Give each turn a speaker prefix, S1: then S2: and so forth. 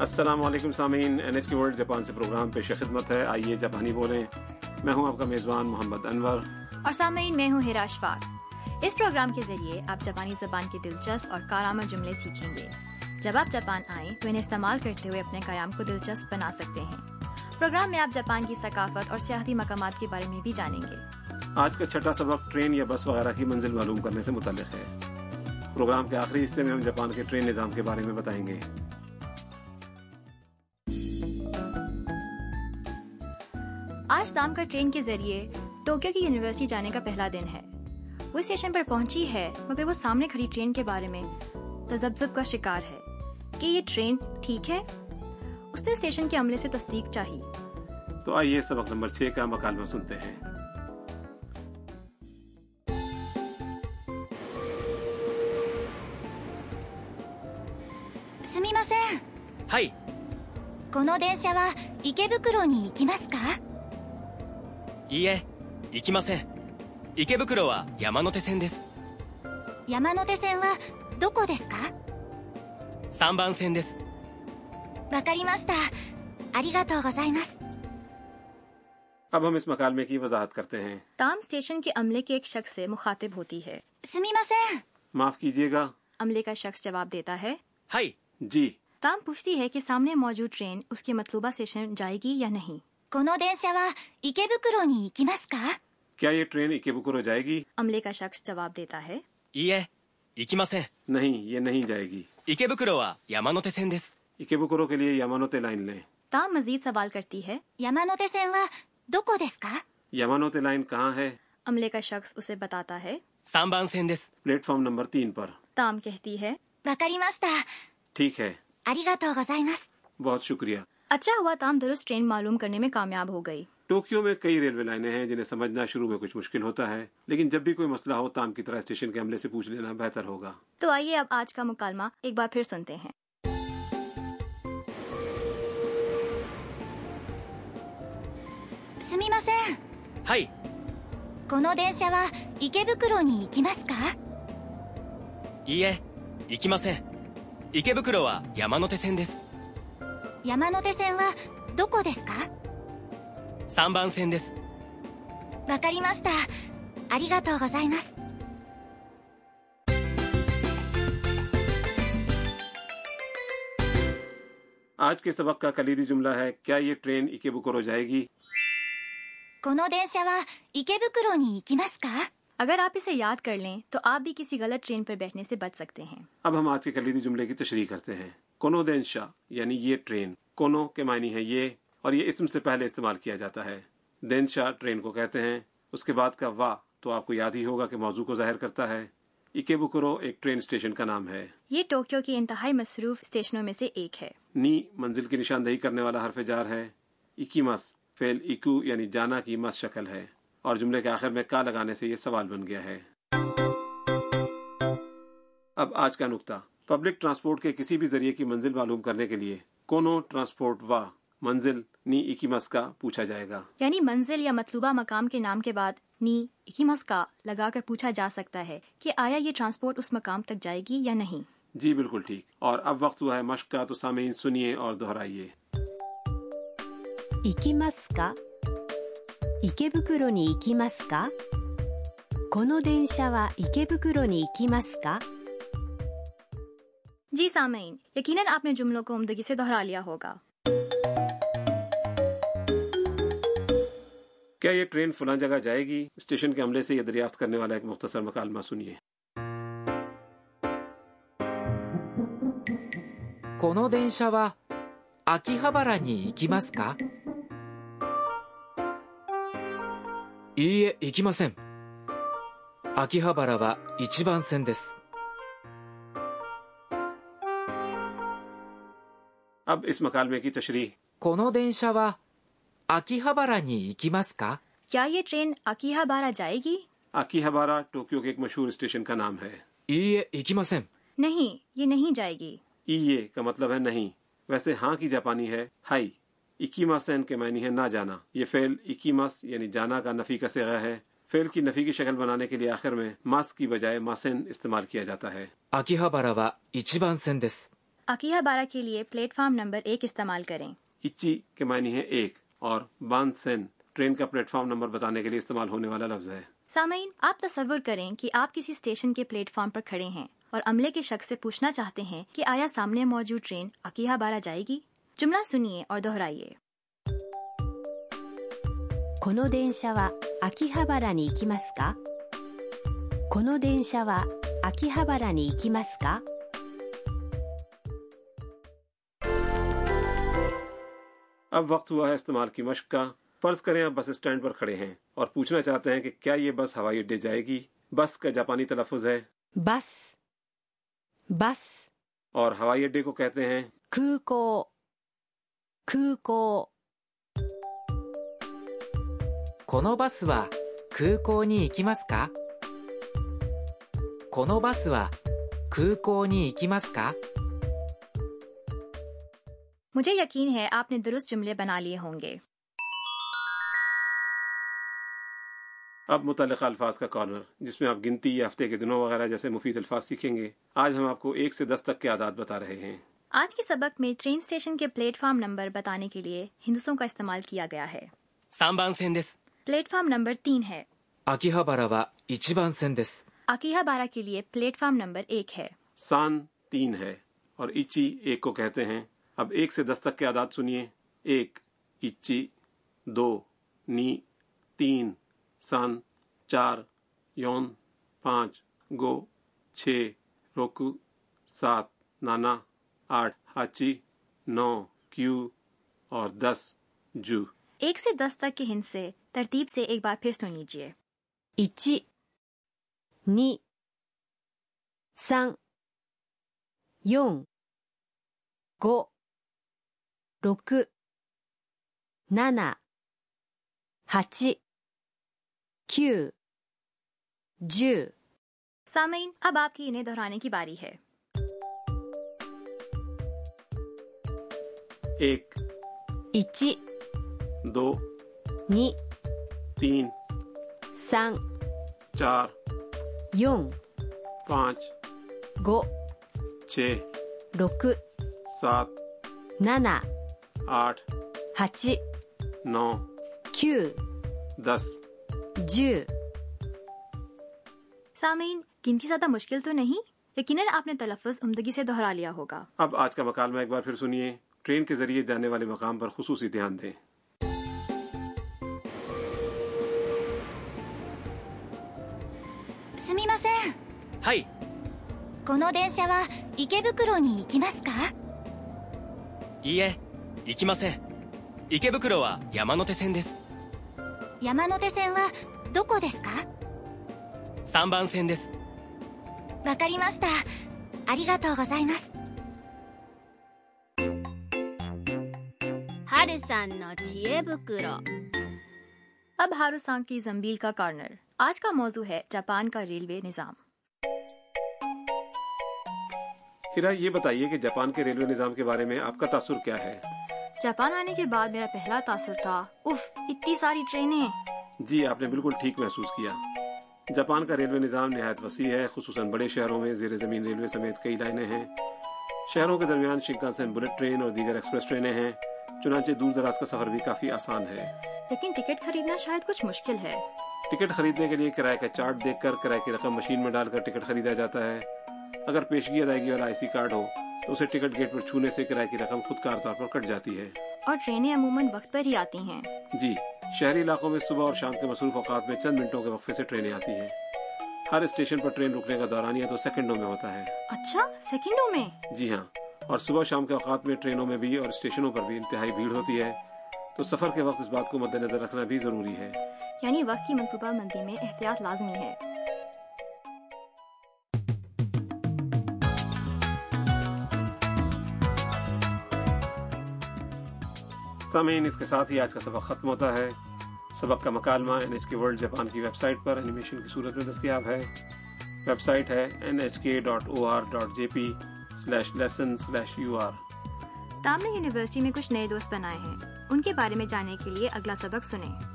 S1: السلام علیکم سامعین N H K World Japan سے پروگرام پیش خدمت ہے آئیے جاپانی بولیں میں ہوں آپ کا میزبان محمد انور
S2: اور سامعین میں ہوں ہراش واق اس پروگرام کے ذریعے آپ جاپانی زبان کے دلچسپ اور کارآمد جملے سیکھیں گے جب آپ جاپان آئیں تو انہیں استعمال کرتے ہوئے اپنے قیام کو دلچسپ بنا سکتے ہیں پروگرام میں آپ جاپان کی ثقافت اور سیاحتی مقامات کے بارے میں بھی جانیں گے
S1: آج کا چھٹا سبق ٹرین یا بس وغیرہ کی منزل معلوم کرنے سے متعلق ہے پروگرام کے آخری حصے میں ہم جاپان کے ٹرین نظام کے بارے میں بتائیں گے
S2: آج شام کا ٹرین کے ذریعے ٹوکیو کی یونیورسٹی جانے کا پہلا دن ہے وہ اسٹیشن پر پہنچی ہے مگر وہ سامنے کھڑی ٹرین کے بارے میں تذبذب کا شکار ہے کہ یہ ٹرین ٹھیک ہے اس نے اسٹیشن کے عملے سے تصدیق چاہی
S1: تو آئیے سبق نمبر چھ کا مکالمہ سنتے ہیں
S3: すみません
S4: はい
S3: この電車は池袋に行きますか
S4: いいえ行きません池袋は山手線です
S3: 山手線はどこですか
S4: 3番線です
S3: わかりましたありがとうございます
S1: اب ہم اس مکالمے کی وضاحت کرتے ہیں
S2: تام اسٹیشن کے عملے کے ایک شخص سے مخاطب ہوتی ہے
S3: すみません
S1: معاف کیجیے گا
S2: عملے کا شخص جواب دیتا ہے
S4: はい
S1: جی
S2: تام پوچھتی ہے کہ سامنے موجود ٹرین اس کے مطلوبہ اسٹیشن جائے گی یا نہیں
S3: この電車は池袋に行きますか
S1: کیا یہ ٹرین اکے بکر ہو جائے گی
S2: عملے کا شخص جواب دیتا ہے
S4: いいえ行きません
S1: نہیں یہ نہیں جائے گی
S4: 池袋は山手線です
S1: اکے بکرو کے لیے یامانوتے لائن لیں
S2: تام مزید سوال کرتی ہے
S3: 山手線はどこですか
S1: یامانوتے لائن کہاں ہے
S2: عملے کا شخص اسے بتاتا ہے
S4: 3番線です
S1: پلیٹ فارم نمبر تین پر
S2: تام کہتی ہے
S3: わかりました
S1: ٹھیک ہے
S3: ありがとうございます
S1: بہت شکریہ
S2: اچھا ہوا تام درست ٹرین معلوم کرنے میں کامیاب ہو گئی
S1: ٹوکیو میں کئی ریلوے لائنیں ہیں جنہیں سمجھنا شروع میں کچھ مشکل ہوتا ہے لیکن جب بھی کوئی مسئلہ ہو تام کی طرح اسٹیشن کے عملے سے پوچھ لینا بہتر ہوگا
S2: تو آئیے اب آج کا مکالمہ ایک بار پھر سنتے ہیں
S3: すみません
S4: はい
S3: この電車は池袋に行きますか
S4: いいえ行きません池袋は山手線です
S3: 山手線はどこですか
S4: 3番線です
S3: わかりましたありがとうございます
S1: آج کے سبق کا کلیدی جملہ ہے کیا یہ ٹرین اکے بکر ہو جائے گی
S3: この電車は池袋に行きますか
S2: اگر آپ اسے یاد کر لیں تو آپ بھی کسی غلط ٹرین پر بیٹھنے سے بچ سکتے ہیں
S1: اب ہم آج کے کلیدی جملے کی تشریح کرتے ہیں کونو دین شا یعنی یہ ٹرین کونو کے معنی ہے یہ اور یہ اسم سے پہلے استعمال کیا جاتا ہے دین شاہ ٹرین کو کہتے ہیں اس کے بعد کا وا تو آپ کو یاد ہی ہوگا کہ موضوع کو ظاہر کرتا ہے اکے بکرو ایک ٹرین اسٹیشن کا نام ہے
S2: یہ ٹوکیو کی انتہائی مصروف اسٹیشنوں میں سے ایک ہے
S1: نی منزل کی نشاندہی کرنے والا حرف جار ہے اکیمس فیل اکو یعنی جانا کی مس شکل ہے اور جملے کے آخر میں کا لگانے سے یہ سوال بن گیا ہے اب آج کا نقطہ پبلک ٹرانسپورٹ کے کسی بھی ذریعے کی منزل معلوم کرنے کے لیے کونو ٹرانسپورٹ وا منزل نی اکیمس کا پوچھا جائے گا
S2: یعنی منزل یا مطلوبہ مقام کے نام کے بعد نی اکیمس کا لگا کر پوچھا جا سکتا ہے کہ آیا یہ ٹرانسپورٹ اس مقام تک جائے گی یا نہیں
S1: جی بالکل ٹھیک اور اب وقت ہوا ہے مشق کا تو سامعین سنیے اور دہرائیے
S5: 行きますか池袋に行きますかこの電車は池袋に行きますか
S2: جی سامعین یقیناً آپ نے جملوں کو عمدگی سے دہرا لیا ہوگا
S1: کیا یہ ٹرین فلاں جگہ جائے گی اسٹیشن کے عملے سے یہ دریافت کرنے والا ایک مختصر مکالمہ سنیے
S6: この電車は秋葉原に行きますかいいえ行きません秋葉原は一番線です
S1: اب اس مکالمے کی تشریح
S6: この電車は秋葉原に行きますか
S2: کیا یہ ٹرین اکیہ بارہ جائے گی
S1: آکی ہبارہ ٹوکیو کے ایک مشہور اسٹیشن کا نام ہے
S6: いいえ行きません
S2: نہیں یہ نہیں جائے گی
S1: ای یہ کا مطلب ہے نہیں ویسے ہاں کی جاپانی ہے ہائی اکیما سین کے معنی ہے نہ جانا یہ فعل اکیماس یعنی جانا کا نفی کا سیغہ ہے فعل کی نفی کی شکل بنانے کے لیے آخر میں ماس کی بجائے ماسین استعمال کیا جاتا ہے
S6: 秋葉原は一番線です
S2: اکیہ بارہ کے لیے پلیٹ فارم نمبر ایک استعمال کریں
S1: اچی کے معنی ہے ایک اور بان سین ٹرین کا پلیٹ فارم نمبر بتانے کے لیے استعمال ہونے والا لفظ ہے
S2: سامعین آپ تصور کریں کہ آپ کسی اسٹیشن کے پلیٹ فارم پر کھڑے ہیں اور عملے کے شخص سے پوچھنا چاہتے ہیں کہ آیا سامنے موجود ٹرین اکیہ بارہ جائے گی جملہ سنیے اور دہرائیے
S5: この電車は秋葉原に行きますかこの電車は秋葉原に行きますか
S1: اب وقت ہوا ہے استعمال کی مشق کا فرض کریں آپ بس اسٹینڈ پر کھڑے ہیں اور پوچھنا چاہتے ہیں کہ کیا یہ بس ہوائی اڈے جائے گی بس کا جاپانی تلفظ ہے
S5: バスバス
S1: اور ہوائی اڈے کو کہتے ہیں
S5: 空港空港
S6: このバスは空港に行きますかこのバスは空港に行きますか
S2: مجھے یقین ہے آپ نے درست جملے بنا لیے ہوں گے
S1: اب متعلقہ الفاظ کا کارنر جس میں آپ گنتی یا ہفتے کے دنوں وغیرہ جیسے مفید الفاظ سیکھیں گے آج ہم آپ کو ایک سے دس تک کے عادات بتا رہے ہیں
S2: آج کے سبق میں ٹرین اسٹیشن کے پلیٹ فارم نمبر بتانے کے لیے ہندسوں کا استعمال کیا گیا ہے
S4: 3番線です。
S2: پلیٹ فارم نمبر تین ہے
S6: 秋葉原は1番線です
S2: اکیہ بارہ کے لیے پلیٹ فارم نمبر ایک ہے
S1: سان تین ہے اور اچی ایک کو کہتے ہیں اب ایک سے دس تک کے عادات سنیے ایک اچی دو نی تین سان چار یون پانچ گو چھ روکو سات نانا آٹھ ہاچی نو کیو اور دس جو
S2: ایک سے دس تک کے ہند سے ترتیب سے ایک بار پھر سن لیجیے
S5: 1 2 3 4 5 6 7 8 9 10
S2: سامعین اب آپ کی انہیں دہرانے کی باری ہے
S1: ایک
S5: 1
S1: دو
S5: 2
S1: تین
S5: 3
S1: چار
S5: 4
S1: پانچ
S5: 5
S1: چھ
S5: 6
S1: سات
S5: 7
S1: آٹھ
S5: 8
S1: نو
S5: 9
S1: دس
S5: 10
S2: سامعین گنتی زیادہ مشکل تو نہیں یقیناً آپ نے تلفظ عمدگی سے دہرا لیا ہوگا
S1: اب آج کا مکالمہ ایک بار پھر سنیے ٹرین کے ذریعے جانے والے مقام پر خصوصی دھیان دیں
S3: すみません
S4: はい、
S3: この電車は池袋に行きますか
S4: いいえ、行きません。池袋は山手線です。
S3: 山手線はどこですか
S4: 3番線です。
S3: わかりましたありがとうございます
S7: 春さんの知恵袋
S2: اب ہارو سانگ کی زمبیل کا کارنر آج کا موضوع ہے جاپان کا ریلوے نظام
S1: ہیرا یہ بتائیے کہ جاپان کے ریلوے نظام کے بارے میں آپ کا تاثر کیا ہے
S2: جاپان آنے کے بعد میرا پہلا تاثر تھا اف اتنی ساری ٹرینیں
S1: جی آپ نے بالکل ٹھیک محسوس کیا جاپان کا ریلوے نظام نہایت وسیع ہے خصوصاً بڑے شہروں میں زیر زمین ریلوے سمیت کئی لائنیں ہیں شہروں کے درمیان شنکانسن بلٹ ٹرین اور دیگر ایکسپریس ٹرینیں ہیں چنانچہ دور دراز کا سفر بھی کافی آسان ہے
S2: لیکن ٹکٹ خریدنا شاید کچھ مشکل ہے
S1: ٹکٹ خریدنے کے لیے کرایہ کا چارٹ دیکھ کر کرایہ کی رقم مشین میں ڈال کر ٹکٹ خریدا جاتا ہے اگر پیشگی ادائیگی والا آئی سی کارڈ ہو تو اسے ٹکٹ گیٹ پر چھونے سے کرایہ کی رقم خود کار طور پر کٹ جاتی ہے
S2: اور ٹرینیں عموماً وقت پر ہی آتی ہیں
S1: جی شہری علاقوں میں صبح اور شام کے مصروف اوقات میں چند منٹوں کے وقفے سے ٹرینیں آتی ہیں ہر اسٹیشن پر ٹرین رکنے کا دورانیہ تو سیکنڈوں میں ہوتا ہے
S2: اچھا سیکنڈوں میں
S1: جی ہاں اور صبح شام کے اوقات میں ٹرینوں میں بھی اور اسٹیشنوں پر بھی انتہائی بھیڑ ہوتی ہے تو سفر کے وقت اس بات کو مد نظر رکھنا بھی ضروری ہے
S2: یعنی وقت کی منصوبہ بندی میں احتیاط لازمی ہے
S1: سامعین اس کے ساتھ ہی آج کا سبق ختم ہوتا ہے سبق کا مکالمہ N H K World Japan کی ویب سائٹ پر اینیمیشن کی صورت میں دستیاب ہے ویب سائٹ ہے N H K dot O R dot J P slash lesson slash U R
S2: Tamil university میں کچھ نئے دوست بنائے ہیں ان کے بارے میں جاننے کے لیے اگلا سبق سنیں